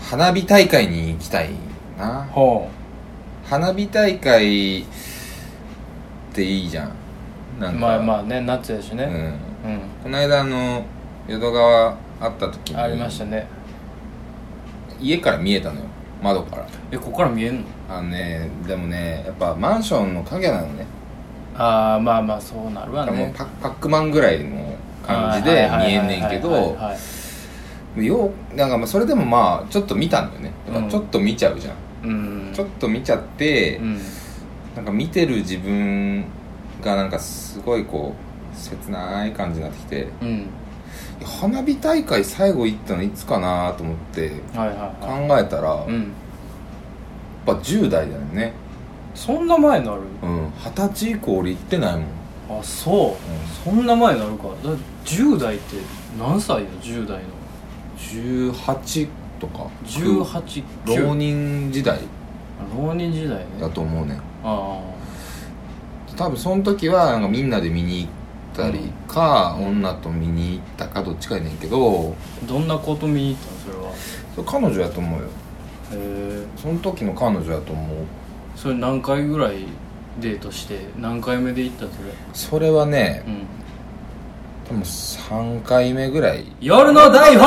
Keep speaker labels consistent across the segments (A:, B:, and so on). A: 花火大会に行きたいな
B: ほ
A: 花火大会っていいじゃんなんか
B: うまあまあね夏やし
A: あう
B: ね
A: ん、
B: うん、
A: この間あの淀川あった時に
B: ありましたね
A: 家から見えたのよ窓から
B: えここから見えんの
A: あのねでもねやっぱマンションの影なのね
B: ああまあまあそうなるわ
A: もう
B: ね
A: パパックマンぐらいの感じで見えんねんけ
B: はいはい
A: ど
B: はいはいはいはい
A: ようなんかまあそれでもまあちょっと見たんだよねだから
B: うん
A: ちょっと見ちゃうじゃん、
B: うん
A: ちょっと見ちゃって、
B: うん
A: なんか見てる自分がなんかすごいこう切ない感じになってきて
B: うん
A: 花火大会最後行ったのいつかなと思って
B: はいはい
A: 考
B: は
A: えたら、
B: い
A: やっ
B: うん
A: ぱ10代だよね
B: そんな前になる
A: うん二十歳以降俺行ってないもん
B: あそう、そんな前になるかだ10代って何歳よ10代の
A: 18とか
B: 18
A: 浪
B: 人
A: 人時代
B: 浪人時代ね
A: だと思うね
B: あ
A: 多分その時はなんかみんなで見に行ったりか、
B: うん
A: 女と見に行ったかどっちかやねんけど
B: あどんなこと見に行ったのそれは
A: それ彼女やと思うよ
B: へえ
A: その時の彼女やと思う
B: それ何回ぐらいデートして何回目で行ったそれ
A: それはね
B: うん
A: 多分3回目ぐらい
B: 夜の大放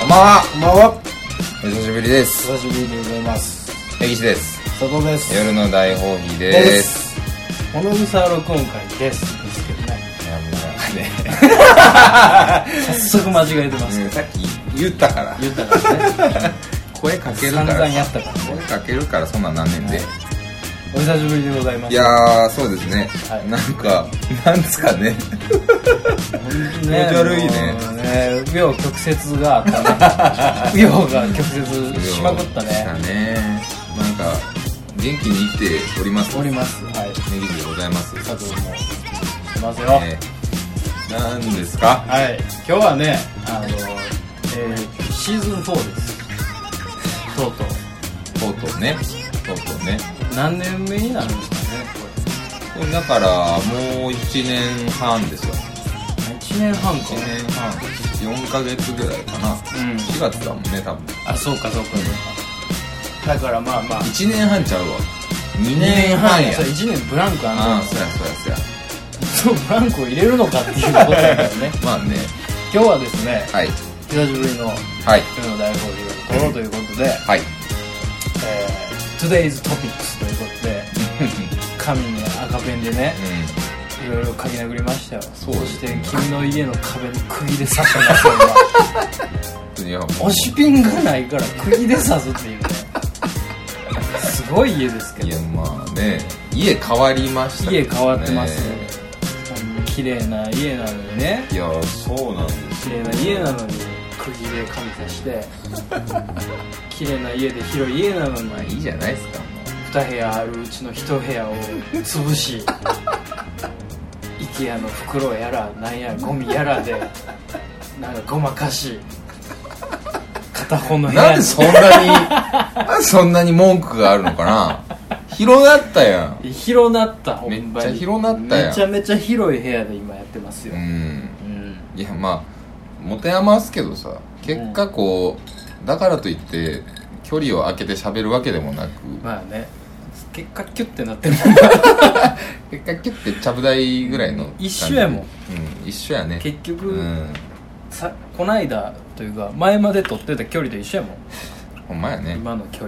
A: こんばんは
C: こんばんは。
A: お久しぶりです
C: 久しぶりでございます。
A: 根岸です
C: 佐藤です。
A: 夜の大放棄です
C: す。
B: このミサー録音会ですですけどね
A: いやもうなん
B: 早速間違えてま
A: かね
B: す
A: うんさっき言ったから
B: 言ったからね
A: 声かけるか
B: 散
A: ら
B: 々やったからね
A: 声かけるからそんなんなんねんで、
B: お久しぶりでございま
A: い、
B: す
A: やーそうですね、
B: はい
A: なんかなんつかね
B: 本当
A: 気持ち悪いね
B: もうね紆余曲折があった ね紆余が曲折しまくった
A: し
B: ね
A: ねなんか元気に生きております
B: おりますはい
A: ネギでございます
B: 佐藤もしてますよ、
A: えーなんですか
B: はい今日はねあの、えーシーズン4ですとうとう
A: とうとうねとうとうね
B: 何年目になるんですかね
A: これだからもう1年半ですよ
B: これ1年半か
A: 1年半4ヶ月ぐらいかな
B: うん
A: 4月だもんね多分
B: あそうかそうかそうかだからまあまあ
A: 1年半ちゃうわ2年半や
B: そう1年ブランクあ
A: あ
B: ん
A: あ
B: の
A: そうやそうやそうや
B: そうブランクを入れるのかっていうことなんだ よね
A: まあね
B: 今日はですね
A: はい
B: 久しぶりの
A: はい
B: 夜の大放棄を取ろうということで、
A: はい
B: えー、Today's Topics ということ で紙に赤ペンでねいろいろ書き殴りましたよ
A: そ
B: そう
A: です
B: して君の家の壁に釘で刺したんだ それは
A: うんいやもう
B: 押しピンがないから釘で刺すっていうねすごい家ですけ
A: い
B: ど
A: やまあね家変わりましたけ
B: 家
A: どね
B: 変わってますね綺麗な家なのにね
A: いやそうなんです
B: 綺麗な家なのに釘で紙刺して 綺麗な家で広い家なのに
A: まあいいじゃないですかも
B: 2部屋あるうちの1部屋を潰し IKEA の袋やらなんやらゴミやらでなんかごまかし片方の
A: う
B: 部
A: な
B: 屋
A: ん
B: に
A: でそんな になんでそんなに文句があるのかな 広がったやん
B: 広なったほんまに
A: めっちゃ広なったやん
B: めちゃめちゃ広い部屋で今やってますよ、
A: うん
B: うん
A: いやまあ持て余すけどさ結果こう、だからといって距離を空けて喋るわけでもなく、
B: まあね結果キュッて なってる
A: 結果キュッてちゃぶ台ぐらいの感じ
B: 一緒やもん
A: うん一緒やね
B: 結局、
A: うん
B: さこないだというか前まで撮ってた距離と一緒やもん
A: ほんまやねやっ
B: 今の距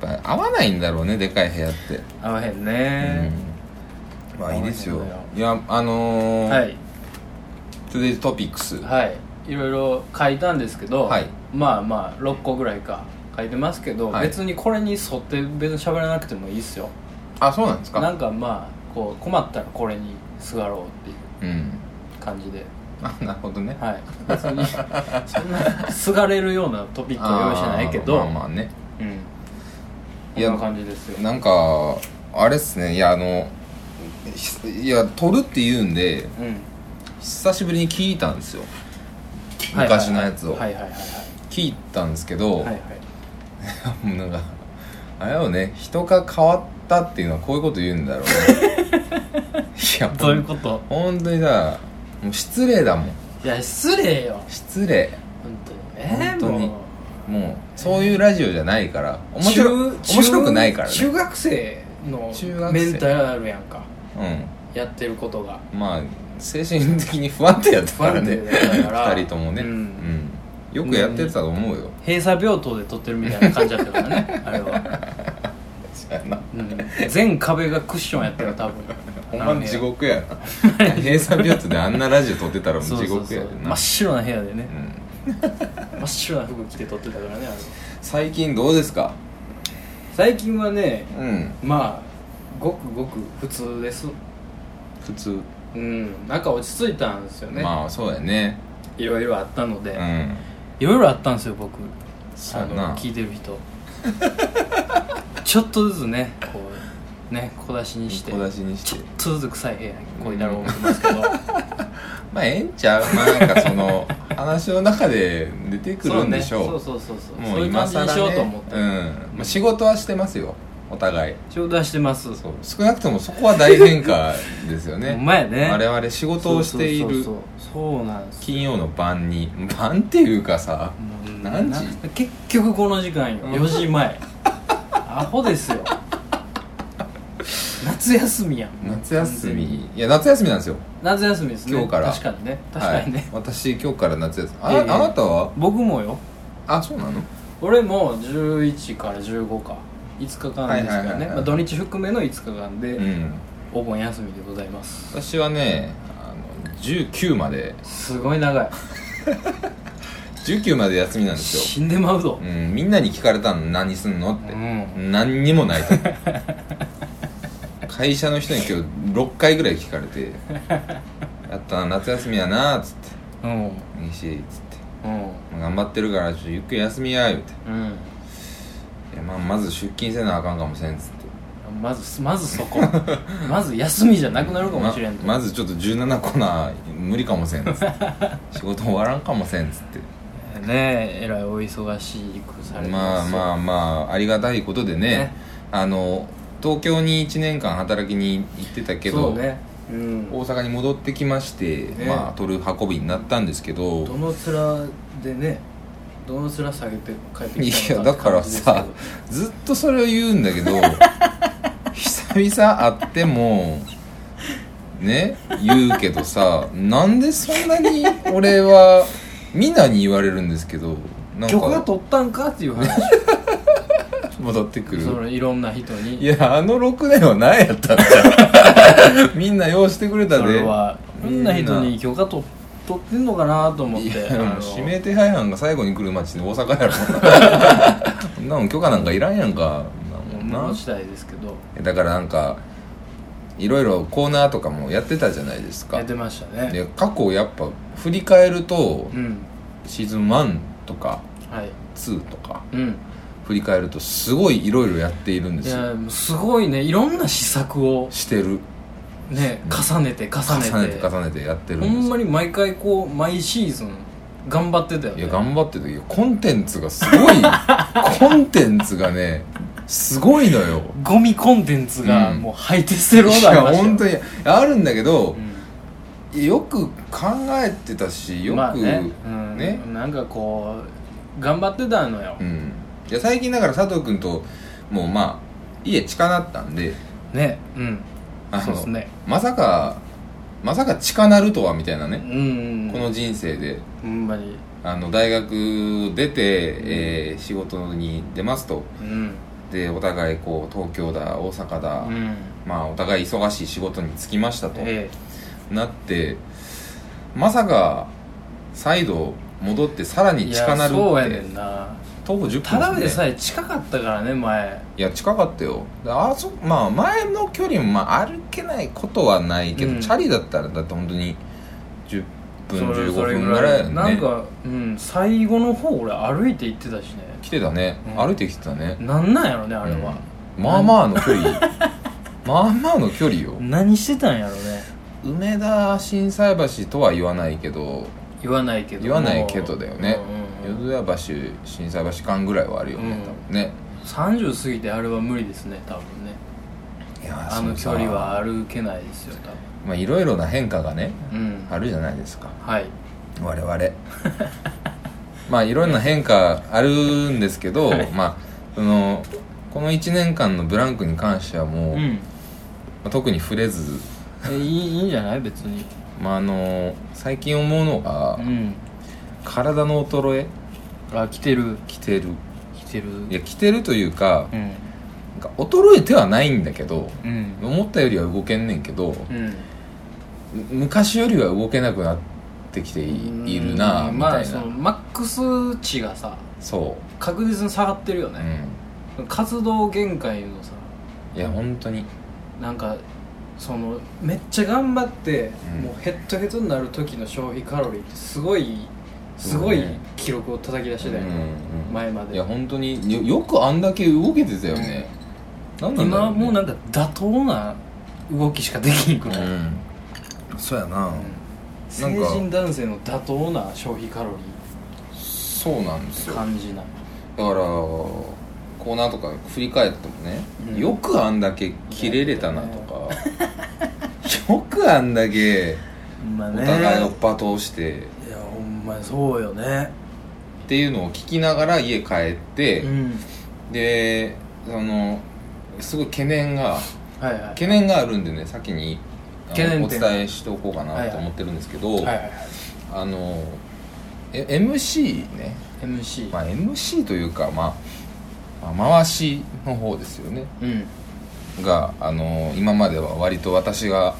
B: 離
A: ぱ合わないんだろうねでかい部屋って
B: 合わへん
A: うん
B: ね、
A: まあいいですよ
B: 合わない
A: いやあのー
B: はい
A: 「Today's Topics」
B: はいいろいろ書いたんですけど、
A: はい
B: まあまあ6個ぐらいか書いてますけど、
A: はい
B: 別にこれに沿って別に喋らなくてもいいっすよ
A: あそうなんですか
B: なんかまあこう困ったらこれにすがろうっていう
A: うん
B: 感じで
A: あなるほどね
B: はい別にそんなすがれるようなトピックを用意してないけ
A: あ
B: ど
A: ーまあまあね
B: うん
A: いや
B: こんな感じですよ
A: なんかあれっすねいやあのひいや撮るって言うんで
B: うん
A: 久しぶりに聞いたんですよ
B: はいはいはい
A: 昔のやつを、
B: はいはいはいは
A: 聞いたんですけど、
B: いはいはい
A: もうなんかあれよね人が変わったっていうのはこういうこと言うんだろうね いや
B: どういうこと
A: 本当にさもう失礼だもん
B: いや失礼よ
A: 失礼
B: 本当にね
A: 本当に
B: もう
A: もうそういうラジオじゃないから面白面白くないからね
B: 中学生の
A: 中学生
B: メンタルやんかやってることが
A: うんまあ精神的に不安定やったからね
B: 不安定だから
A: 2人ともね、
B: うん
A: うんよくやってたと思うよ、
B: 閉鎖病棟で撮ってるみたいな感じだったから ねあれは、うん、全壁がクッションやったら多分
A: ほんまに地獄やな閉鎖病棟であんなラジオ撮ってたらもう地獄やで
B: 真
A: な
B: っ白な部屋でね
A: う、ん
B: 真っ白な服着て撮ってたからねあれ
A: 最近どうですか
B: 最近はね
A: うん
B: まあごくごく普通です
A: 普通
B: うんなんか落ち着いたんですよね、
A: まあそうやね
B: いろいろあったので、
A: うん
B: いろいろあったんですよ僕
A: そう
B: あ
A: や
B: の
A: な
B: 聞いてる人 ちょっとずつねこうね小出しにして
A: 小出しにし
B: ちょってとずつ臭い部屋にこいだろう思ってます けど
A: まあええんちゃうまあなんかそ の話の中で出てくるんでし
B: そう
A: ょ
B: そうそうそう
A: う
B: そういう感じにしようと思って、
A: うんまあ仕事はしてますよお互い
B: 仕事はしてます
A: そう少なくともそこは大変化ですよね
B: ほんまやね
A: 我々仕事をしている
B: そうそうそうそうなんです
A: 金曜の晩に晩っていうかさ
B: もう
A: 何時
B: な結局この時間よ
A: うん
B: 4時 前アホですよ夏休みやん
A: 夏休みいや夏休みなんですよ
B: 夏休みですね
A: 今日から
B: 確かにね確かにね、
A: はい、私今日から夏休みあ,、
B: ええ
A: あなたは
B: 僕もよ
A: あそうなの
B: 俺も11から15か5日間ですか
A: はいは
B: ら
A: いはい
B: ね
A: はい
B: まあ土日含めの5日間で、
A: うん
B: お盆休みでございます
A: 私はねあの19まです
B: ごい長い
A: 19まで休みなんですよ、
B: 死んでまうぞ
A: うん、みんなに聞かれたの何すんのって、
B: うん
A: 何にもないと会社の人に今日6回ぐらい聞かれて「やったな夏休みやな」っつって
B: うん
A: 「西っつって
B: う
A: 「
B: ん
A: 頑張ってるからちょっとゆっくり休みや」言うて
B: う
A: 「
B: ん
A: いやまあ、まず出勤せなあかんかもしれん」っつって
B: まずまずそ こまず休みじゃなくなるかもしれんと、
A: ままずちょっと17コーナー無理かもせんっつ って仕事終わらんかもせんっつって
B: ねええらいお忙しくされて
A: まあまあまあありがたいことでね
B: ね
A: あの東京に1年間働きに行ってた
B: け
A: け
B: ど
A: ど、
B: そうね、うん、
A: 大阪に戻ってきまして、
B: ね
A: まあ取る運びになったんですけど
B: どの面でねどの面下げて帰って
A: い
B: きた
A: や
B: の
A: だ
B: って
A: から
B: 感じですけど
A: さずっとそれを言うんだ けど久々会ってもね言うけどさなんでそんなに俺はみんなに言われるんですけどなん
B: 曲が
A: か
B: 取ったんかっていう話
A: 戻ってくる
B: そのいろんな人に
A: いやあの6年は何や ったんじゃみんな用してくれた
B: そ
A: で
B: れはいい
A: いな
B: ろんな人に許可取取ってんのかなと思っ
A: い
B: て
A: や
B: あの
A: 指名手配犯が最後に来る街で大阪 やろそんなもん許可なんかいらんやんかそんなもん
B: 物
A: な
B: 次第ですけど
A: だからなんかいろいろコーナーとかもやってたじゃないですか
B: やってましたね
A: で過去やっぱ振り返ると、
B: うん
A: シーズン1とか
B: はい
A: 2とか
B: うん
A: 振り返るとすごいいろいろやっているんで
B: い
A: すよ
B: やもうすごいねいろんな試作を
A: してる
B: ね重ねて重
A: 重ね
B: ねて
A: て重ねてやってるん
B: ほ
A: ですよ
B: んまに毎回こう毎シーズン頑張ってたよ
A: い
B: ね
A: や頑張ってる時コンテンツがすごいコンテンツがねすごいのよ
B: ゴミコンテンツが
A: うん
B: もう吐いて捨てるほ
A: い
B: どあり
A: や
B: ましたよ
A: 本当にあるんだけど
B: う、ん
A: よく考えてたしよく、
B: まあね,、う
A: ね
B: ん、なんかこう頑張ってたのよ、
A: うんいや最近だから佐藤君ともうまあ家近なったんで
B: ねうん
A: あの
B: そうですね
A: まさかまさか近なるとはみたいな
B: う
A: ね、
B: ん
A: この人生で
B: ほんまに
A: あの大学出て、えー仕事に出ますと
B: うん
A: でお互いこう東京だ大阪だ、
B: うん
A: まあお互い忙しい仕事に就きましたと、
B: え
A: なってまさか再度戻ってさら
B: え
A: に近なる
B: いやそうや
A: っ
B: ね
A: て
B: んな
A: 徒歩10分
B: ただで
A: ですね
B: さえ近かったからね前
A: いや近かったよであそまあ前の距離もまあ歩けないことはないけど、
B: うん
A: チャリだったらだって本当に10分
B: それ
A: 15
B: それ
A: 分ぐらいやね
B: なんか、うん、最後の方俺歩いて行ってたしね
A: 来てたね、
B: うん
A: 歩いてきてたね、
B: なんなんやろねあれは、
A: まあまあの距離 まあまあの距離よ
B: 何してたんやろね
A: 梅田心斎橋とは言わないけど
B: 言わないけど
A: 言わないけどだよね
B: うんうんうん
A: 淀屋橋心斎橋間ぐらいはあるよね、
B: うん
A: 多分ね
B: 30過ぎてあれは無理ですね多分ね
A: いや
B: あの距
A: そさ
B: 離は歩けないですよ多
A: まあいろいろな変化がね
B: 分うん
A: あるじゃない ですか
B: はい
A: 我々まあいろんな変化あるんですけど、
B: はい
A: まあそのこの1年間のブランクに関してはもう、
B: う
A: ま
B: ん
A: あ特に触れず
B: えいいいいんじゃない別に
A: まああの最近思うのが、
B: うん
A: 体の衰え
B: あ来てる
A: 来てる
B: 来てる
A: いや来てるというか
B: うん
A: なんか衰えてはないんだけど
B: うん
A: 思ったよりは動けんねんけど、
B: うん
A: 昔よりは動けなくなってきていいるな
B: うん
A: みた
B: まあ
A: い
B: そ
A: な、
B: のマックス値がさ
A: そ
B: 確実に下がってるよ
A: う、
B: ね、活動限界のさ
A: うん、いや本当に
B: なんかそのめっちゃ頑張って、
A: うん
B: もうヘッドヘッドになる時の消費カロリーってすごいすごい
A: そうね
B: 記録を叩き出してたよね、
A: うんうん
B: 前まで
A: いや本当によよくあんだけ動けてたよね、なんなんだろ
B: 今
A: うね
B: もうなんか妥当な動きしかできんくない、うん
A: うんそうやな、
B: 成人男性の妥当な消費カロ
A: そうなんです
B: リー
A: よ
B: 感じない
A: だからコーナーとか振り返ってもね、
B: うん
A: よくあんだけ切れれたなと か、よくあんだけ
B: まあ
A: お
B: ね
A: 互いを罵倒してっ
B: いやほんまにそうよね
A: ていうのを聞きながら家帰って、
B: うん
A: でそのすごい懸念が
B: はいはい
A: 懸念があるんでね先にあの
B: 懸念
A: お
B: 点
A: 伝えしておこうか
B: はい
A: な
B: は
A: と
B: い
A: 思ってるんですけど、
B: はいはいはい
A: あのえ MC ね、
B: MC、
A: まあ、MC というか、まあ、まあ回しの方ですよね
B: うん
A: があの今までは割と私が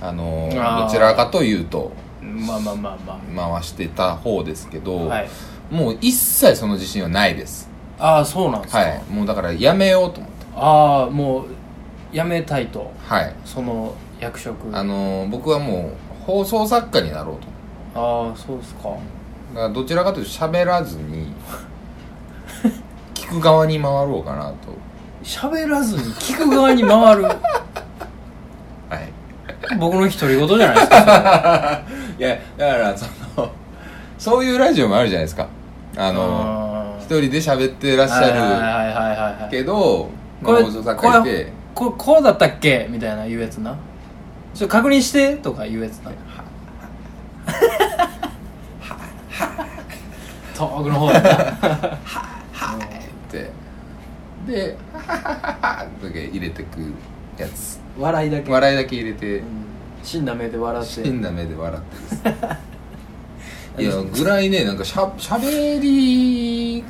A: あの
B: あー
A: どちらかというと
B: まあまあまあま
A: 回してた方ですけ
B: あ
A: ど、
B: はい
A: もう一切その自信はないです
B: ああそうなんですか、
A: はいもうだからやめようと思って
B: ああもう辞めたいと
A: はい
B: その役職
A: あの僕はもう放送作家になろうと
B: ああそうっすか
A: だからどちらかというと喋らずに聞く側に回ろうかなと
B: 喋らずに聞く側に回る
A: はい
B: 僕の独り言じゃないですか
A: いやだからそのそういうラジオもあるじゃないですか あ
B: あ
A: の
B: ー
A: 一人で喋ってらっしゃ
B: はいはいはいはいは
A: る
B: い
A: けど
B: これ
A: 放送作家いて
B: これこうだったっけみたいな言うやつなちょっと確認してとか言うやつな遠くの方やな
A: ってで「ははははは」だけ入れてくやつ
B: 笑いだけ、
A: 笑いだけ入れて
B: うん死んだ目で笑って
A: 死んだ目で笑 ってですいやぐらいねなんかしゃ喋り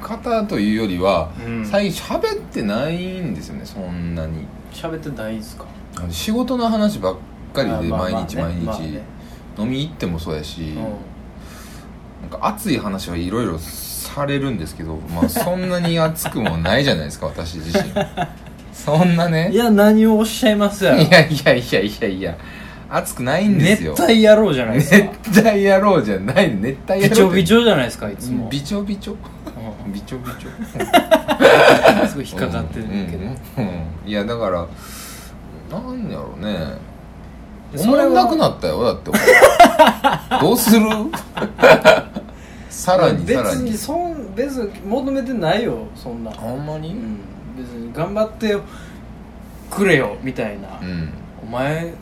A: 方というよりは、
B: うん
A: 最近喋ってないんですよねそんなに
B: 喋ってないんすか
A: あの仕事の話ばっかり
B: あ
A: で
B: まあ
A: 毎日
B: まあ
A: 毎
B: ね
A: 日、
B: まあね
A: 飲み行ってもそうやし、
B: う
A: なんか熱い話はいろいろされるんですけど、まあ、そんなに熱くもないじゃない ですか私自身そんなんね
B: いや何をおっしゃいますやろ
A: いやいやいやいやいや熱くないんですよ
B: 熱帯野 郎じゃないですか
A: 熱帯野郎じゃない熱帯野郎
B: びちょび
A: ち
B: ちょじゃないですかいつも
A: びちょびちょ
B: う
A: びちょびちょ
B: んすごい引っかかってるけど、
A: うんうんうんいやだからなんやろうね
B: でそ
A: 思
B: れは
A: わなくなったよだって 俺どうするさらにさら
B: 別
A: に
B: にそん別に求めてないよそんな、
A: ほんまに
B: うん、別に頑張ってよくれよみたいな、
A: うん
B: お前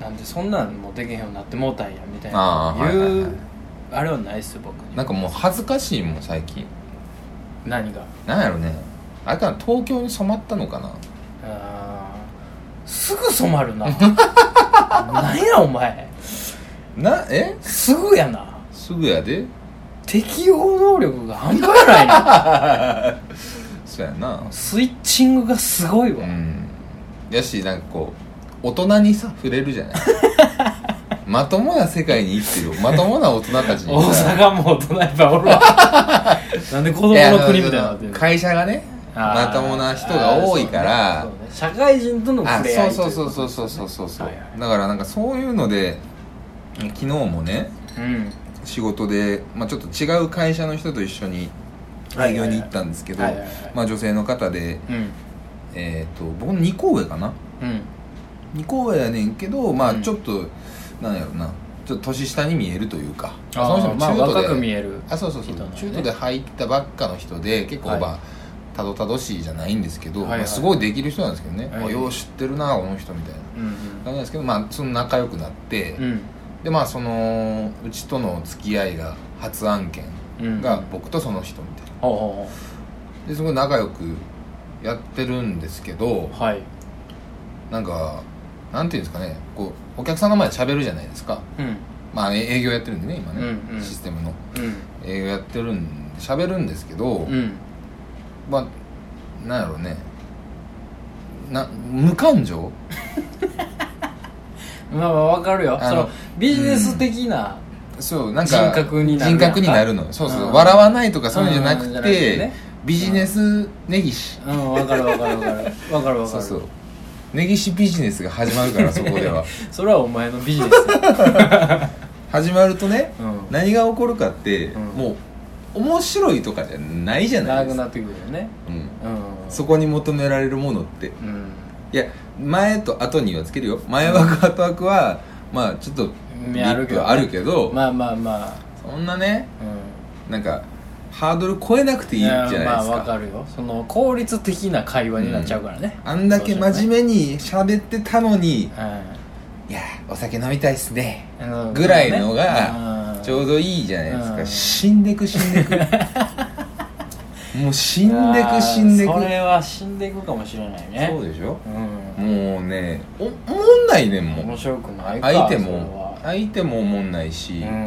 B: なんでそんなんもうできへんようになってもうたんやみたい
A: あ
B: な
A: あはいはいはい
B: いうあれはないっすよ僕に
A: なんかもう恥ずかしいもん最近
B: 何が
A: なんやろねあれかな東京に染まったのかな
B: あーすぐ染まる ななんやお前
A: なえ
B: すぐやな
A: すぐやで
B: 適応能力が半端な いな
A: そやな
B: スイッチングがすごいうわ、
A: んやしなんかこう大人にさ触れるじ ゃないまともな世界に生きてるまともな大人たちに
B: 大
A: さ
B: 阪も大人やっぱお るわなんで子供
A: や
B: の国みたいになって
A: あ
B: る
A: の会社がねまともな人が多いから
B: あーそうねそうね社会人との
A: あ
B: 触れ合い
A: そうそうそうそうそうそうそう、
B: はいはい
A: だからなんかそういうので昨日もね
B: ううん
A: 仕事で、まあ、ちょっと違う会社の人と一緒に
B: はい
A: 営
B: は
A: 業
B: いはい
A: に行ったんですけど
B: はいはいはい
A: まあ女性の方で、
B: うん
A: えっ、と僕の2個上かな
B: うん
A: 2個上やねんけどまあ
B: うん
A: ちょっと、なんやろなちょっと年下に見えるというか
B: あ
A: その人も
B: まあ
A: 中途で、
B: 若く見える
A: あそうそうそう、
B: 人なのね
A: 中途で入ったばっかの人で結構まあ、
B: は
A: たどたどしいじゃないんですけど、
B: はいはい
A: まあ、すごいできる人なんですけどね、
B: はい
A: あよう知ってるなこの人みたいな感
B: うん
A: じなんですけどまあその仲良くなって、
B: うん
A: でまあそのうちとの付き合いが初案件
B: うん
A: が僕とその人みたいな
B: ほうほ
A: ですごい仲良くやってるんですけど
B: うほうはい
A: なんかなんていうんですかねこうお客さんの前で喋るじゃないですか
B: うん
A: まあえ営業やってるんでね今ね、
B: うんうん
A: システムの
B: うん
A: 営業やってるんで喋るんですけど、
B: うん
A: まあなんやろうねな無感情
B: まあまあわかるよ
A: あ
B: そ
A: の
B: のビジネス的な
A: そうなん
B: 人
A: か
B: 格になる
A: 人格になるのそうそう、
B: うん
A: 笑わないとかそういうんじゃなくて,、
B: うんじゃなくてね
A: ビジネス根岸、
B: うんわかるわかるわかるわかるわか
A: そう
B: る
A: そう根岸ビジネスが始まるからそこでは
B: それはお前のビジネスだ
A: 始まるとね、
B: うん
A: 何が起こるかって、
B: うん
A: もう面白いとかじゃないじゃな
B: 長
A: いで
B: く
A: す
B: な
A: か、
B: ってくるよね
A: うん、
B: うん
A: そこに求められるものって
B: うん
A: いや前と後にはつけるよ前枠後枠はまあちょっと
B: うんあるけどね
A: あるけど、
B: まあまあまあ
A: そんなね
B: うん
A: なんかハードル超えなくていいじゃないです
B: や
A: か
B: まあわかるよその効率的な会話になっちゃうからね
A: あんだけ真面目に喋ってたのに、
B: 目
A: いやお酒飲みたいっすねぐらいのがちょうどいいじゃないですか、
B: うん
A: 死んでく死んで くもう死んでく死んでく
B: それは死んでいくかもしれないね
A: そうでしょ
B: うん
A: もうねおおもんないねんも
B: 面
A: う
B: 白くないか
A: 相手
B: それ
A: も
B: は
A: 相手もおもんないし、
B: うん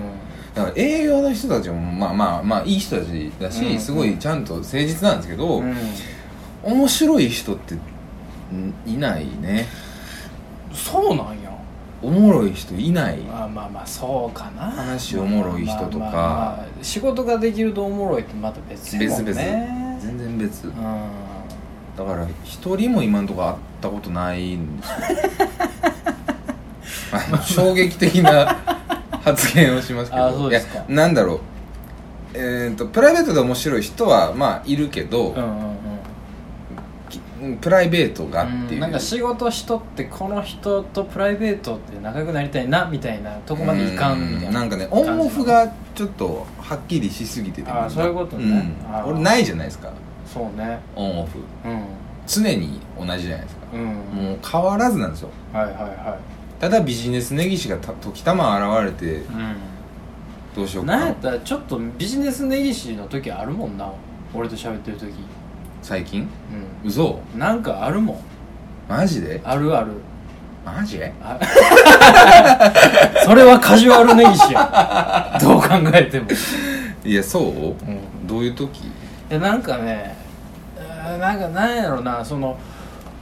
A: だから営業の人たちもまあまあまあいい人たちだし、
B: うん
A: すごいちゃんと誠実なんですけど、
B: うん
A: 面白い人ってんいないね
B: そうなんや
A: おもろい人いない
B: まあまあまあそうかな
A: 話おもろい人とか、
B: まあまあまあ仕事ができるとおもろいってまた別やも
A: 別々
B: んね
A: 全然別
B: うん
A: だから一人も今んとこ会ったことないんですよあの衝撃的な 発言をしますけど
B: あそうですか
A: いやなんだろうえー、とプライベートで面白い人はまあいるけど、
B: うんうんうん
A: きプライベートがっていう、
B: なんか仕事しとってこの人とプライベートって仲良くなりたいなみたいなとこまでいかんみたいな
A: うなんかねオンオフがちょっとはっきりしすぎてて
B: あーそういうことね
A: うん
B: あー
A: 俺ないじゃないですか
B: そうね
A: オンオフ
B: う
A: 常に同じじゃないですか
B: んうん
A: もう変わらずなんですよ
B: はいはいは
A: ただビジネス根岸がた時たま現れて
B: いうん
A: どうしようか
B: なんや
A: な
B: ったらちょっとビジネス根岸の時あるもんな俺と喋ってる時
A: 最近
B: う
A: 嘘
B: んなんかあるもん
A: マジで
B: あるあ る
A: マジで
B: あそれはカジュアル根岸やどう考えても
A: いやそう
B: う
A: どういう時
B: でなんかねうーなんかなんやろなその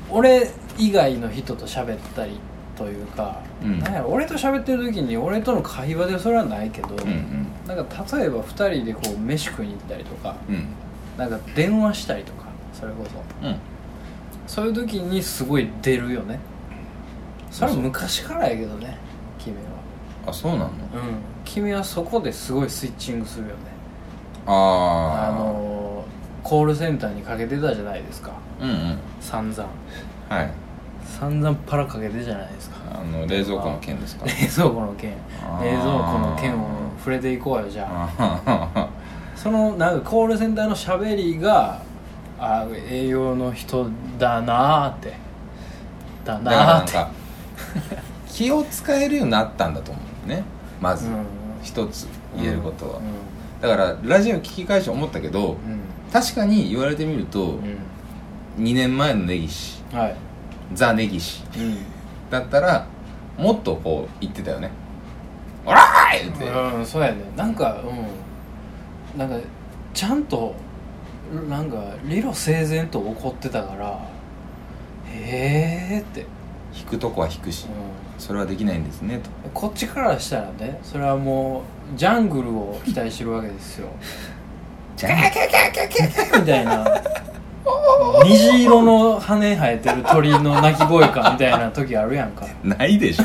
B: 俺以外の人と喋ったりというか、
A: うん
B: なんやろ俺と喋ってる時に俺との会話でそれはないけど、
A: うん
B: なんか例えば2人でこう飯食いに行ったりとか
A: うん
B: なんか電話したりとかそれこそ
A: うん
B: そういう時にすごい出るよねそれは昔からやけどね君は
A: あそうなの
B: うん君はそこですごいスイッチングするよね
A: あ
B: あのーコールセンターにかけてたじゃないですか
A: あうんうん
B: 散々
A: はい
B: 散々パラかけてじゃないですか
A: あの冷蔵庫の件ですか
B: 冷蔵庫の件冷
A: あー
B: 蔵庫の件を触れていこうよじゃあ
A: ああ
B: そのなんかコールセンターのしゃべりがあー栄養の人だなーってだ
A: だから
B: なー
A: なん
B: って
A: か 気を使えるようになったんだと思うねまず
B: うん
A: 一つ言えることは、
B: うん
A: だからラジオ聞き返して思ったけど確かに言われてみると、
B: うん、
A: 2年前の根岸
B: うん、はい、
A: ザ根岸
B: う
A: だったらもっとこう言ってたよね「おらーい!」って、
B: ん、うん、そうやねなんかうんなんかちゃんとなんか理路整然と怒ってたからへえって、
A: 引くとこは引くし
B: う
A: それはできないんですねと
B: ん、こっちからしたらねそれはもうジャングルを期待してるわけですよ
A: 「じゃあ
B: みたいな虹色の羽生えてる鳥の鳴き声かみたいな時あるやんか
A: ないでしょ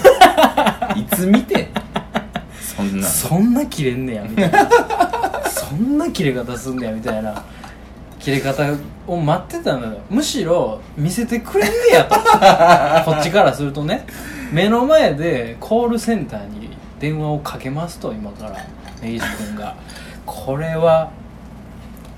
A: いつ見てんそんな
B: そんな切れんねやみたいなそんな切れ方すんねやみたいな切れ方を待ってたのよむしろ見せてくれんねや とこっちからするとね目の前でコールセンターに電話をかけますと今から根岸君がこれは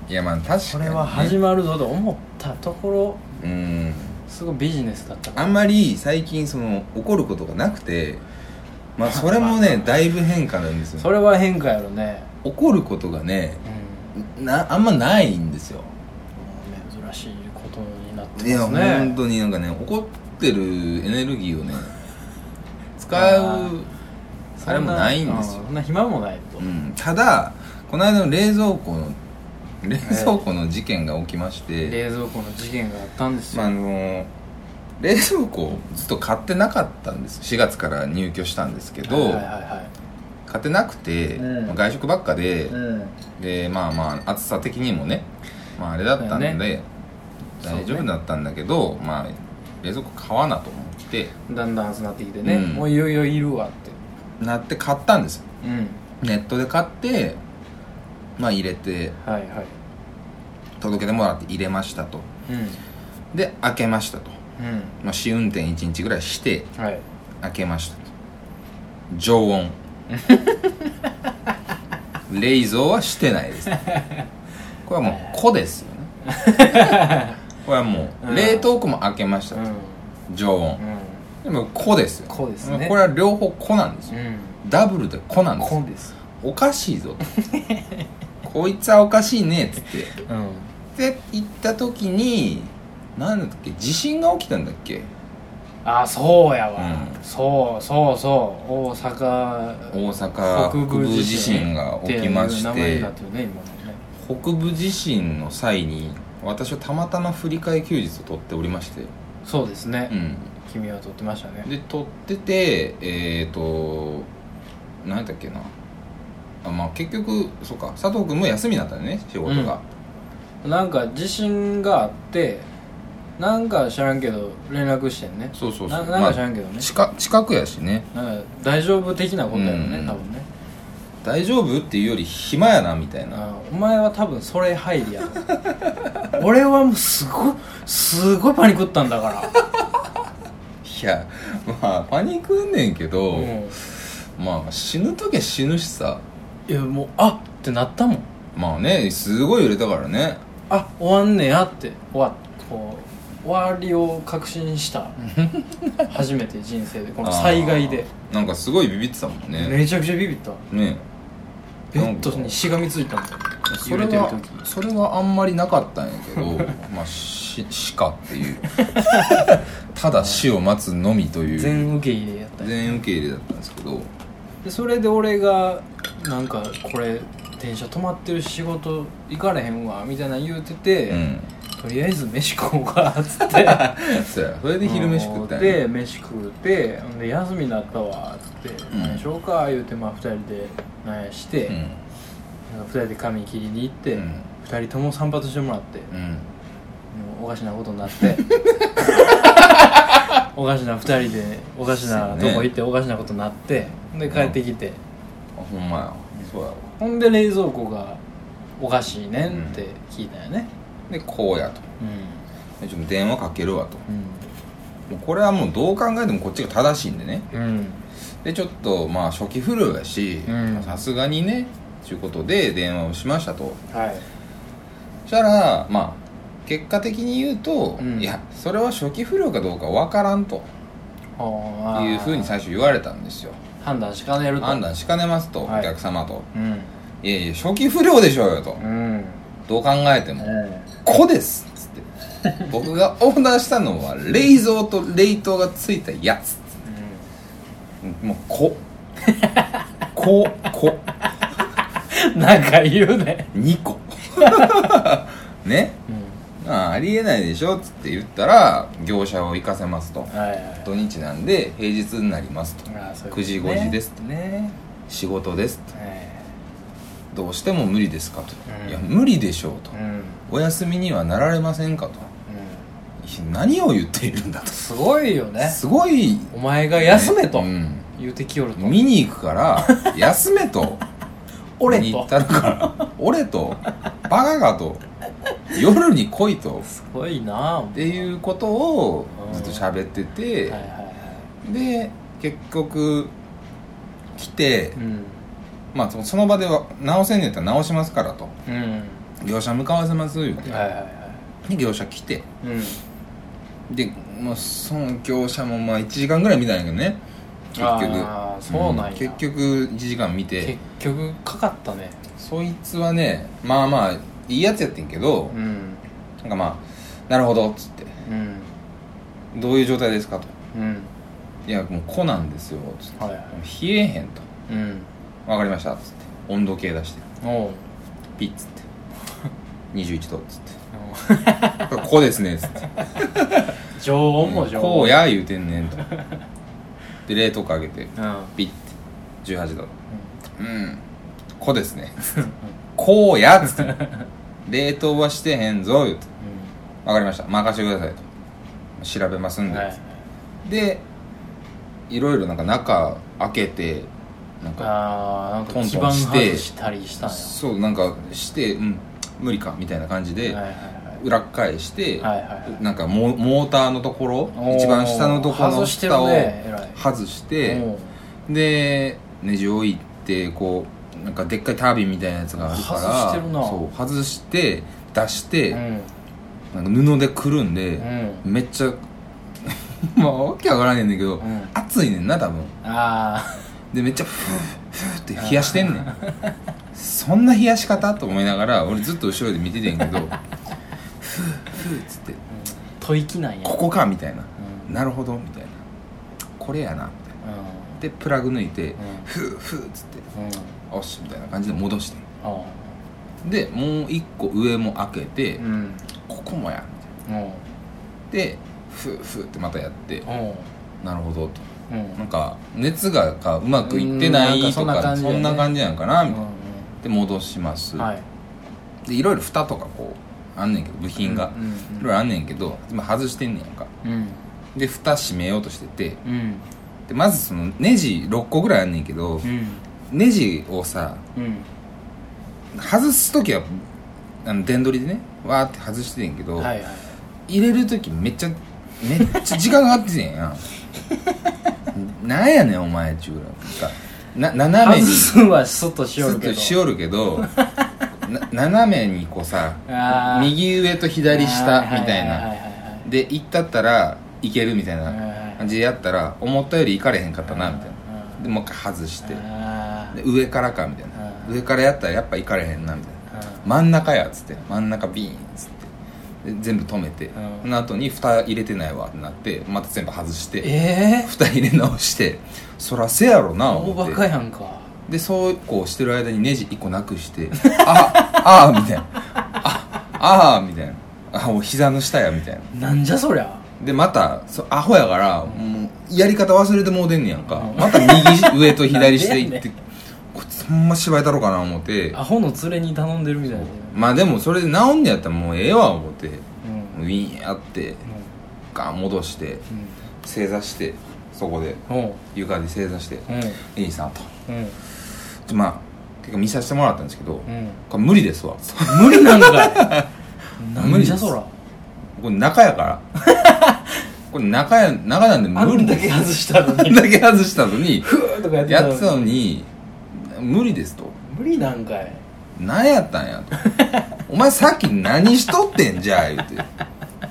B: い
A: やまあ確かに、ね、
B: これは始まるぞと思ったところ
A: うん
B: すごいビジネスだったか
A: あ
B: ら
A: んまり最近その怒ることがなくて まあそれもねだいぶ変化なんですよ
B: それは変化やろね
A: 怒ることがね
B: うん
A: なあんまないんですよ
B: もう珍しいことになって
A: いや
B: ますね
A: 本当になんかね怒ってるエネルギーをね使
B: あ
A: うあれもないんですよ
B: うそんな暇もないと、
A: うん、ただこの間の冷蔵庫の冷蔵庫の事件が起きまして、
B: 冷蔵庫の事件があったんですよ、
A: まあ、あの冷蔵庫をずっと買ってなかったんです4月から入居したんですけど、
B: はいはいは
A: 買ってなくて、
B: うん
A: まあ外食ばっかで、
B: い、うん、
A: でまあまあ暑さ的にもね、まあ、あれだったんで、
B: そうそうね
A: 大丈夫だったんだけど、まあ冷蔵庫買わなと思って
B: だんだん暑なってきてね、
A: うん
B: もういよいよいるわって
A: なって買ったんですよ
B: うん
A: ネットで買ってまあ入れて
B: はいはい
A: 届けてもらって入れましたと
B: う
A: で開けましたと、
B: ん
A: まあ、試運転1日ぐらいして
B: うんはい
A: 開けましたと常 温冷蔵はしてないですこれはもう「子」ですよね これはも
B: うん
A: う冷凍庫も開けました
B: う
A: と
B: ん
A: 常温でも「子」ですよ
B: 子ですね
A: これは両方「子」なんですよダブルで「子」な
B: うんん
A: です
B: こ
A: よ
B: うです
A: おかしいぞ とこいつはおかしいねっつって
B: うん
A: って言った時に何だっけ地震が起きたんだっけ
B: あそうやわ、
A: うん
B: そうそうそう大阪
A: 大阪北部地震が起きまし
B: ってい
A: て
B: う名前になってるね今のね
A: 北部地震の際に私はたまたま振り替え休日を取っておりまして、
B: そうですね、
A: うん、
B: 君は撮ってましたね
A: で取っててえっ、ー、と何だっけなあまあ結局そうか佐藤君も休みだったよね仕事が、
B: なんか地震があってなんか知らんけど連絡してんね
A: そうそうそう
B: ななんか知らんけどね、
A: 近近くやしね
B: なんか大丈夫的なことやろね、
A: うん
B: 多分ね
A: 大丈夫っていうより暇やなみたいな
B: あお前は多分それ入りやと思う 俺はもうすごいすごいパニクったんだか
A: いやまあパニックんねんけ
B: ら
A: ど、
B: うん
A: まあ死ぬ時は死ぬしさ
B: いやもうあってなったもん
A: まあねすごい揺れたからね
B: あ終わんねやって終わこう終わりを確信した初めて人生でこの災害で
A: あーなんかすごいビビってたもんね
B: めちゃくちゃビビった
A: ね
B: ベッドにしがみついたんだよ
A: そ
B: 揺
A: れ
B: れてる
A: は
B: 時
A: それはあんまりなかったんやけど まあし死かって いうただ死を待つのみという全
B: 全受け入れやったんや
A: 受け入れだったんですけど
B: でそれで俺がなんかこれ電車止まってる仕事行かれへんわみたいなの言うてて、
A: うん
B: とりあえず飯食おうかっ つって
A: そうやそれで昼飯食ったんや
B: で飯食うてほんで休みになったわっつって、
A: ん
B: 何しようか言うてまあ2人でなんやして、
A: うん
B: なんか2人で髪切りに行って、
A: う
B: 二
A: ん
B: 2人とも散髪してもらって、
A: うん
B: おかしなことになって おかしな2人でおかしなとこ行っておかしなことになってで帰ってきて、
A: あほんまやそうやわ
B: ほんで冷蔵庫がおかしいねんって聞いたよね
A: でこうやと
B: う
A: でちょっと電話かけるわと
B: ん
A: もうこれはもうどう考えてもこっちが正しいんでね
B: うん
A: でちょっとまあ初期不良やし
B: うん
A: さすがにねということで電話をしましたと
B: はい
A: そしたらまあ結果的に言うと、
B: うん
A: いやそれは初期不良かどうかわからんと
B: あー
A: いうふうに最初言われたんですよ
B: 判断しかねると
A: 判断しかねますと、
B: はい
A: お客様と
B: うん
A: いやいや初期不良でしょうよと、
B: うん
A: どう考えても「子です」っつって僕がオーダーしたのは冷蔵と冷凍がついたやつもう「 子」「子」「子」
B: うんなんか言うね
A: 2個 ね
B: うん
A: あありえないでしょっつって言ったら業者を行かせますと
B: はいはい
A: 土日なんで平日になりますと
B: あーそういうことね
A: 9時5時ですと
B: ね
A: 仕事ですと
B: え
A: どうしても無理ですかと、
B: うん
A: いや無理でしょうと
B: ー、うんうん
A: お休みにはなられませんかといや何を言っているんだと
B: すごいよね
A: すごい
B: お前が休めと
A: うん
B: 言うてきよると
A: 見に行くから 休めと
B: 俺
A: 見に行
B: と
A: ったるから俺とバカかと夜に来いと
B: すごいなぁ
A: っていうことをずっと喋ってて、
B: はいはいは
A: で結局来て、
B: いうん
A: まあそその場では直せんねやったら直しますからと
B: うん
A: 業者向かわせます言うて、
B: はいはいは
A: で業者来て
B: いうん
A: でもうその業者もまあ1時間ぐらい見たんやけどね結局
B: あーそうなんや
A: 結局1時間見て
B: 結局かかったね
A: そいつはねまあまあいいやつやってんけど、
B: うん
A: なんかまあなるほどっつって
B: うん
A: どういう状態ですかと
B: うん
A: いやもう子なんですよつって
B: はいはい
A: 冷えへんと
B: うん
A: わかりましたつって温度計出して
B: おう
A: ピッつって21度つってこれ ここですねつって
B: 常温も常温
A: こうや言うてんねんとで冷凍庫開けて
B: うんうん
A: ピッて18度うんこうですねこうやっつって冷凍はしてへんぞ言うてわかりました任せてくださいと調べますんで、
B: はい
A: でいろいろなんか中開けてなんか
B: あーなん
A: ト
B: か
A: ン
B: 基
A: トン
B: 盤
A: して
B: 外したりしたんや
A: そうなんかしてうん無理かみたいな感じで、
B: はいはい
A: 裏返して、
B: はいはいはい
A: なんかモモーターのところ
B: おー
A: 一番下のところの
B: 外してる
A: 蓋を
B: ね偉い
A: 外して
B: おう
A: でネジを置いてこうなんかでっかいタービンみたいなやつがあるから
B: 外してるな
A: そう外して出し
B: う
A: て、
B: ん
A: なんか布でくるんで、
B: うん
A: めっちゃ まあわけわからんねんだけど、
B: うん
A: 暑いねんな多分
B: あ
A: でめっちゃフーフーって冷やしてんねんそんな冷やし方と思いながら俺ずっと後ろで見ててんけど フーフーっつって
B: あ 吐息なんや
A: ここかみたいな
B: うん
A: なるほどみたいなこれやなみたいなでプラグ抜いて、
B: ん
A: フーフーっつって
B: うんうん
A: おっしみたいな感じで戻して
B: おう
A: でもう一個上も開けて、
B: うん
A: ここもやみたい
B: おう
A: なでフーフーってまたやって
B: おう
A: なるほどと
B: うん
A: なんか熱がかうまくいってな
B: うんなん
A: い
B: かそ
A: と
B: んな
A: か
B: 感じだ
A: そ
B: よね
A: んな感じなんかなみたいな、
B: う
A: で戻します、
B: んはい
A: でいろいろ蓋とかこうあんねんけど部品が、
B: うん
A: いろいろあんねんけど今外してんねんやんか
B: うん
A: で蓋閉めようとしてて
B: うん
A: でまずそのネジ6個ぐらいあんねんけど、
B: うん
A: ネジをさ
B: うん
A: 外す時はあの電取りでねわーって外してんけど、
B: はいはい
A: 入れる時めっちゃめっちゃ 時間がかかっててんやなんやねんお前っちゅうぐらいなんかな斜め
B: 外
A: に
B: すんは外し
A: ち
B: よ
A: ょ
B: る
A: っ
B: け
A: と
B: ど
A: しおるけどな斜めにこうさ
B: あー
A: 右上と左下みたい
B: はは
A: な
B: はは
A: で行ったったらいけるみたい
B: はいはい
A: な
B: はい
A: 感じでやったら思ったより行かれへんかったなみたい
B: うん
A: なでもう一回外して
B: あー
A: で上からかみたいな
B: うん
A: 上からやったらやっぱ行かれへんなみたいな真ん中やっつって真ん中ビーンっつってで全部止めて、
B: うん
A: その後に蓋入れてないわってなってまた全部外して
B: ええ
A: 蓋入れ直してそらせやろな
B: 大
A: 思
B: バ
A: っ
B: カ
A: て
B: やんか
A: でそうこうしてる間にネジ1個なくしてあああみたいなああみたいなあお膝の下やみたいな
B: なんじゃそりゃ
A: でまたそアホやからもうやり方忘れてもうてんねやんか、
B: うん
A: また右上と左下行
B: な
A: っ
B: んで
A: て
B: や
A: こいつほんま芝居だろうかな思って
B: アホの連れに頼んでるみたいな
A: まあでもそれで治んねやったらもうええわ思って
B: うん
A: ウィーンやってガン戻して正座してそこで
B: うんうん
A: 床で正座して
B: うん
A: 「リンさん」と
B: うん
A: 「ちょまあてか見させてもらったんですけど、
B: うん
A: これ無理ですわ」
B: 無理なんかいな
A: 無
B: ん
A: 理
B: じ
A: で
B: ゃ
A: す
B: そら
A: これ中やからこれ中や中なんで
B: あ
A: 無理
B: んだ
A: です
B: け外したの
A: あ ん
B: に
A: だけ外したのに
B: ふーとかやって
A: や
B: た
A: って
B: の
A: た
B: に
A: のに無理ですと
B: 無理なんかい
A: 何やったんやとお前さっき何しとってんじゃあ言うて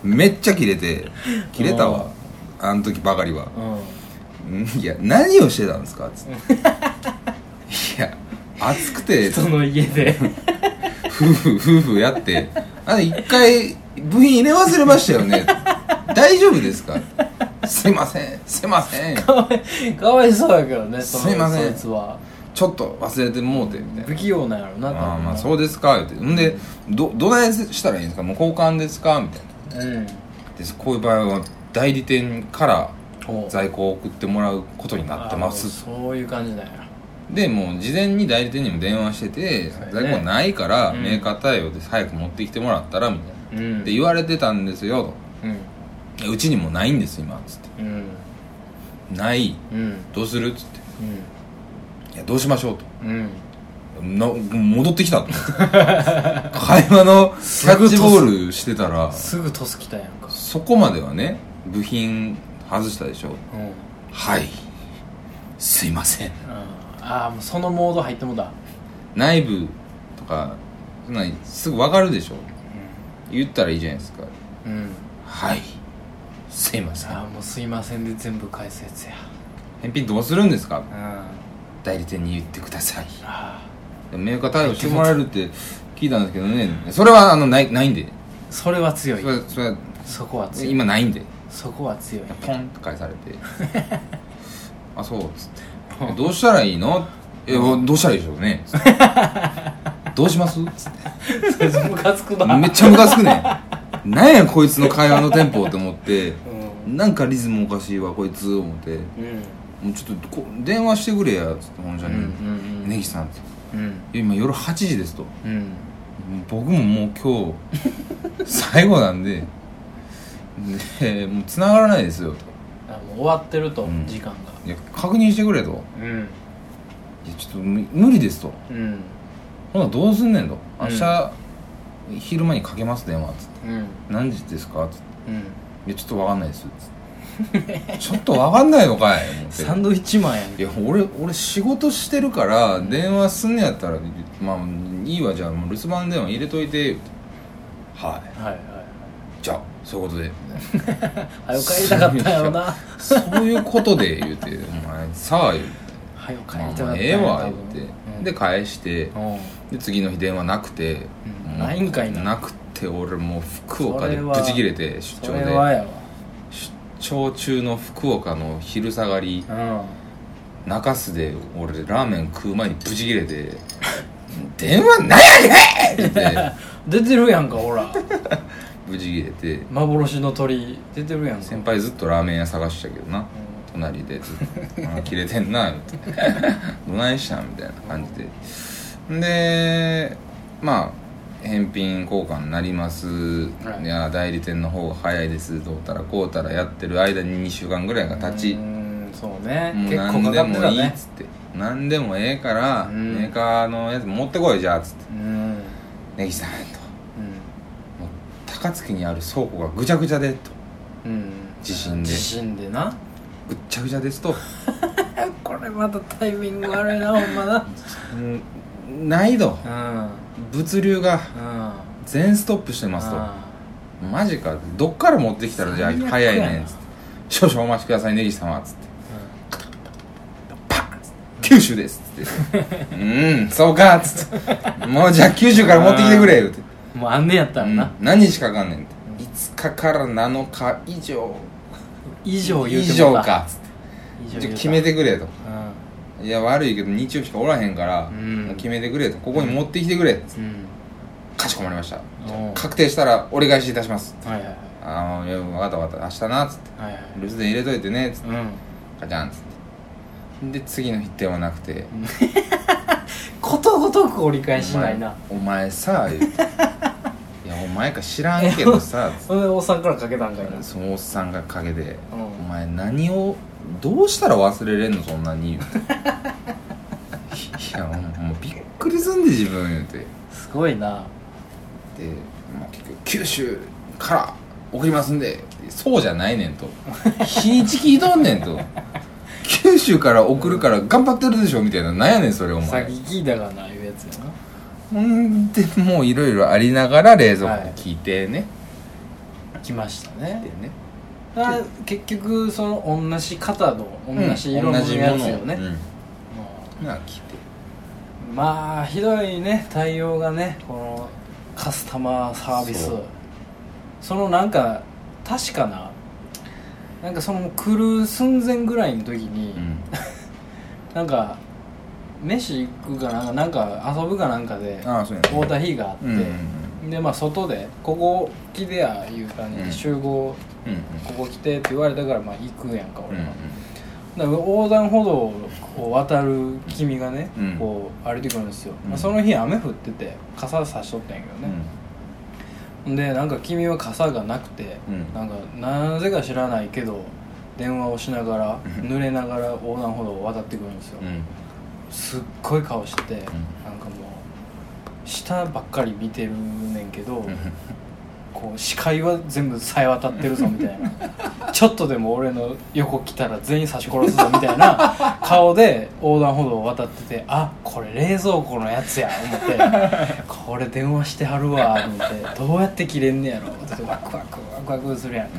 A: めっちゃキレてキレたわあの時ばかりは
B: うん
A: うんいや何をしてたんですか?」っつって「いや暑くて
B: 人の家 で
A: 夫婦夫婦やってあれ一回部品入れ忘れましたよね大丈夫ですか?」すいませんすいません
B: かわいかわいそうやけどねその
A: すいません
B: そいつは
A: ちょっと忘れてもうて」みた
B: 不
A: いな
B: 器用なんや
A: 「
B: ろな多分
A: ああまあそうですか」言うてんで「どどないしたらいいんですかもう交換ですか?」みたいな
B: うん
A: でこういう場合は代理店から
B: ほう
A: 在庫を送ってもらうことになってます
B: あそういう感じなんや
A: でもう事前に代理店にも電話してて
B: そうやね
A: 在庫ないから、
B: うん
A: メーカー対応で早く持ってきてもらったらみたいな、
B: うん
A: って言われてたんですよ
B: うん
A: とうちにもないんです今つって
B: うん
A: ない
B: うん
A: どうするっつっていやどうしましょうと
B: うんうん
A: な戻ってきたと思って 会話のキャッチボールしてたら
B: すぐトス来たやんか
A: そこまではね部品外したでしょ
B: うん、うん、
A: はいすいません
B: ああもうそのモード入ってもうた
A: 内部とかそんなんすぐ分かるでしょ言ったらいいじゃないですか
B: うん、うん、
A: はいすいません
B: ああもうすいませんで全部返すやつや
A: 返品どうするんですか
B: うんあ
A: 代理店に言ってください
B: あ
A: メーカー対応してもらえるって聞いたんですけどねそれはあのないないんで
B: それは強い
A: それはそれは
B: そこは強い
A: 今ないんで
B: そこは強い
A: ポンって返されてあそうっつってえどうしたらいいのえどうしたらいいでしょうねつってどうし ますつって
B: ムカつくな
A: めっちゃムカつくねんなんやこいつの会話のテンポって思って
B: うん
A: なんかリズムおかしいわこいつ思って
B: うん
A: もうちょっとこ電話してくれやつって本社に
B: うんうん
A: 「
B: うん
A: 根岸さん」って
B: うん
A: 「いや今夜8時です」と
B: うん
A: 「僕ももう今日最後なんででもう繋がらないですよ」と
B: あもう終わってると、
A: うん
B: 時間が
A: 「いや確認してくれ」と
B: うん
A: 「いやちょっと無無理です」と
B: うん
A: 「ほなどうすんねん」と「
B: うん
A: 明日、昼間にかけます電話」つって
B: うん
A: 「何時ですか?」つって
B: うん
A: 「いやちょっとわかんないです」つってちょっとわかんないのかい」思って
B: サンドイッチマンやん
A: いや俺俺仕事してるから電話すんねやったらまあいいわじゃあもう留守番電話入れといてはい
B: はいはい
A: じゃあそういうことで
B: はい早く帰りたかったよな
A: そういうことで言うて「お前さあ」言うて「
B: 早く帰
A: まあ
B: りた
A: ま
B: か
A: あ
B: った
A: ええわ」
B: 多分
A: 言う
B: う
A: て
B: ん
A: で返して
B: うん
A: で次の日電話なくて
B: うん
A: もう
B: ないんかいな
A: なくて俺もう福岡で
B: それ
A: ブ
B: は
A: チ切れて出
B: そ
A: 張
B: れは
A: で
B: や
A: 出張中の福岡の昼下がり
B: わ
A: 中洲で俺ラーメン食う前にブチ切れ て「電話なんやねん!」って言って
B: うん出てるやんかほら
A: ブチ切れて
B: 幻の鳥出てるやんか
A: 先輩ずっとラーメン屋探してたけどな
B: う
A: 隣でずっと「あー切れてんな」 みたいな「どないしたん?」みたいな感じででまあ返品交換になります、
B: はい
A: い、や代理店の方が早いですどうたらこうたらやってる間に2週間ぐらいが経ち
B: うーんそうね
A: もう
B: 結構か
A: 何
B: か
A: で
B: って
A: も
B: た
A: いいっ
B: ね
A: つって何でもええから
B: うん
A: メーカーのやつ持ってこいじゃあっつって
B: うんうん
A: 「根岸さん」と「もう高槻にある倉庫がぐちゃぐちゃで」と
B: うん
A: 地震で
B: 地震でな
A: 「ぐっちゃぐちゃです」と
B: これまたタイミング悪いなほんまな
A: 「うん難易度
B: うん
A: 物流が
B: うん
A: 全ストップしてます」と。マジかマジかどっから持ってきたらじゃあ
B: 最悪やな
A: 早いねんっつって少々お待ちください根岸様っつってパンっつって九州ですっつってうーんそうかっつってもうじゃあ九州から持ってきてくれ言うて
B: うんもうあんねやったら
A: うん
B: な
A: 何日かかんねんって5日から7日以上
B: 以
A: 以
B: 上言うても
A: 上
B: うた
A: かっつって
B: 以
A: じゃ
B: 上
A: あ
B: 言うた
A: 決めてくれと
B: うん
A: いや悪いけど日曜しかおらへんから
B: うん
A: 決めてくれとここに持ってきてくれっつって
B: うん
A: かしこまりました
B: おう
A: 確定したらお願いしいたします
B: はいはいはい
A: ああいや分かった分かった明日なっつって
B: はいはい
A: 留守電入れといてねっつって
B: うん
A: ガチャンっつってで次の日電話なくて
B: ことごとく折
A: 「
B: り
A: お
B: 返しないな
A: 前お前さ」言う て「いやお前か知らんけどさ」つっ
B: それでおっさんからかけたんかいな
A: てそのおっさんが陰で「
B: うん
A: お前何をどうしたら忘れれんのそんなに」言うていやもうもうびっくりすんで自分」言うてです
B: ごいな
A: まあ結局九州から送りますんでそうじゃないねんと日にち聞いとんねんと九州から送るから頑張ってるでしょみたいななんやねんそれお前
B: さっき聞いたからないうやつやな
A: ほんでもういろいろありながら冷蔵庫聞いてね、
B: 来ました
A: で
B: ね
A: ね
B: あ結局その同じ型の同じ色の
A: 同じも
B: やつ
A: の
B: よ
A: を
B: ね、
A: うん
B: も
A: が聞いて
B: うまあひどいね対応がねこのカスタマーサービス
A: そう
B: そのなんか確かななんかその来る寸前ぐらいの時に、
A: うん
B: なんか飯行くかなんかなんか遊ぶかなんかで
A: ああそうやね
B: 会うた日があって、
A: うんうん
B: でまあ外で「ここ来てや」いう感じ
A: う
B: で
A: ん
B: 集合、
A: うんうん
B: ここ来てって言われたからまあ行くやんか
A: う
B: 俺
A: ん
B: は、だから横断歩道を渡る君がね、
A: うん
B: こう歩いてくるんですよ、
A: うん
B: まあ、その日雨降ってて傘差しとったんやけどね、でなんか君は傘がなくて、
A: うん
B: なんかなぜか知らないけど電話をしながら
A: うん
B: 濡れながら横断歩道を渡ってくるんですよ、
A: うん
B: すっごい顔してて、なんかもう下ばっかり見てるねんけど、こう視界は全部さえ渡ってるぞみたいな ちょっとでも俺の横来たら全員刺し殺すぞみたいな 顔で横断歩道を渡っててあこれ冷蔵庫のやつや思ってこれ電話してはるわ思ってどうやって切れんねやろ思ってワクワクワクワクするやんか、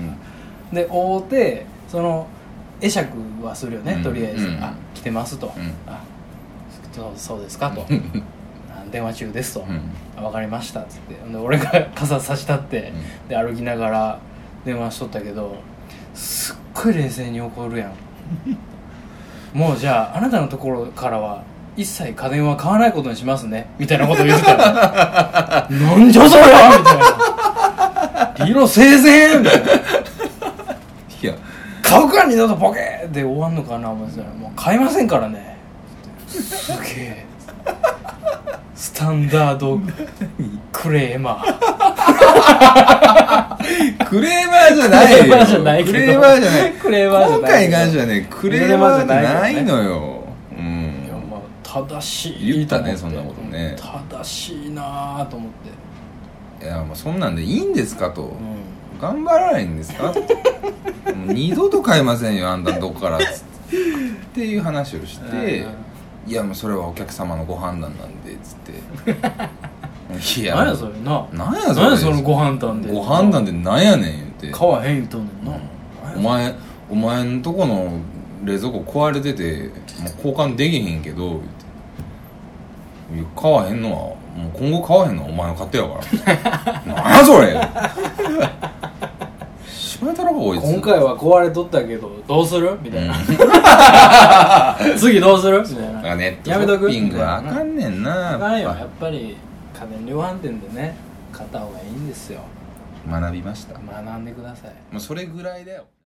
B: で追うてその会釈はするよね、
A: うん
B: とりあえず、
A: うん
B: あ来てますと、
A: うん
B: あそうそうですかと、あ電話中ですと、あ分かりましたっつってほんで俺が傘差したって、で歩きながら電話しとったけどすっごい冷静に怒るやんもうじゃああなたのところからは一切家電は買わないことにしますねみたいなこと言ってたらなんじゃそりゃみたいな色生前みたいない
A: や
B: 買うか二度とボケーで終わんのかな思ってたらもう買いませんからねすげえスタンダードクレーマー
A: クレーマーじゃないよ
B: ク
A: ク
B: レ
A: レ
B: ー
A: ー
B: マ
A: マ
B: ー
A: ー
B: じ
A: じゃ
B: ゃな
A: ないい
B: けどクレーマーじゃない
A: 今回に関してはねクレーマーじゃないのよう
B: いや
A: ん
B: まあ正しいと思
A: 言ったねそんなことね
B: 正しいなあと思って
A: いやまあそんなんでいいんですかと
B: う
A: 頑張らないんですかもう二度と買えませんよあんたのとこからっつってっていう話をして「いやもうそれはお客様のご判断なんで」っつ って「い
B: ん
A: や
B: 何やそれな
A: 何やそれ
B: 何やそのご判断で
A: ご判断でなんやねん」言うて
B: 買わへん言うとんねんな
A: お前お前んとこの冷蔵庫壊れててもう交換できへんけど言うていや買わへんのはもう今後買わへんのはお前の勝手や からなんやそれしまえたらこいつ
B: 今回は壊れとったけどどうするみ
A: う
B: たい
A: ん
B: な、 次どうするみた
A: だ
B: い
A: から
B: な
A: ネットシ
B: や
A: ョ
B: めとく
A: ッピングはあかんねんな
B: あかんよ
A: やっ
B: やっぱり家電量販店でね買った方がいいんですよ
A: ぱ学びましたも
B: 学んでくださいう
A: それぐらいだよ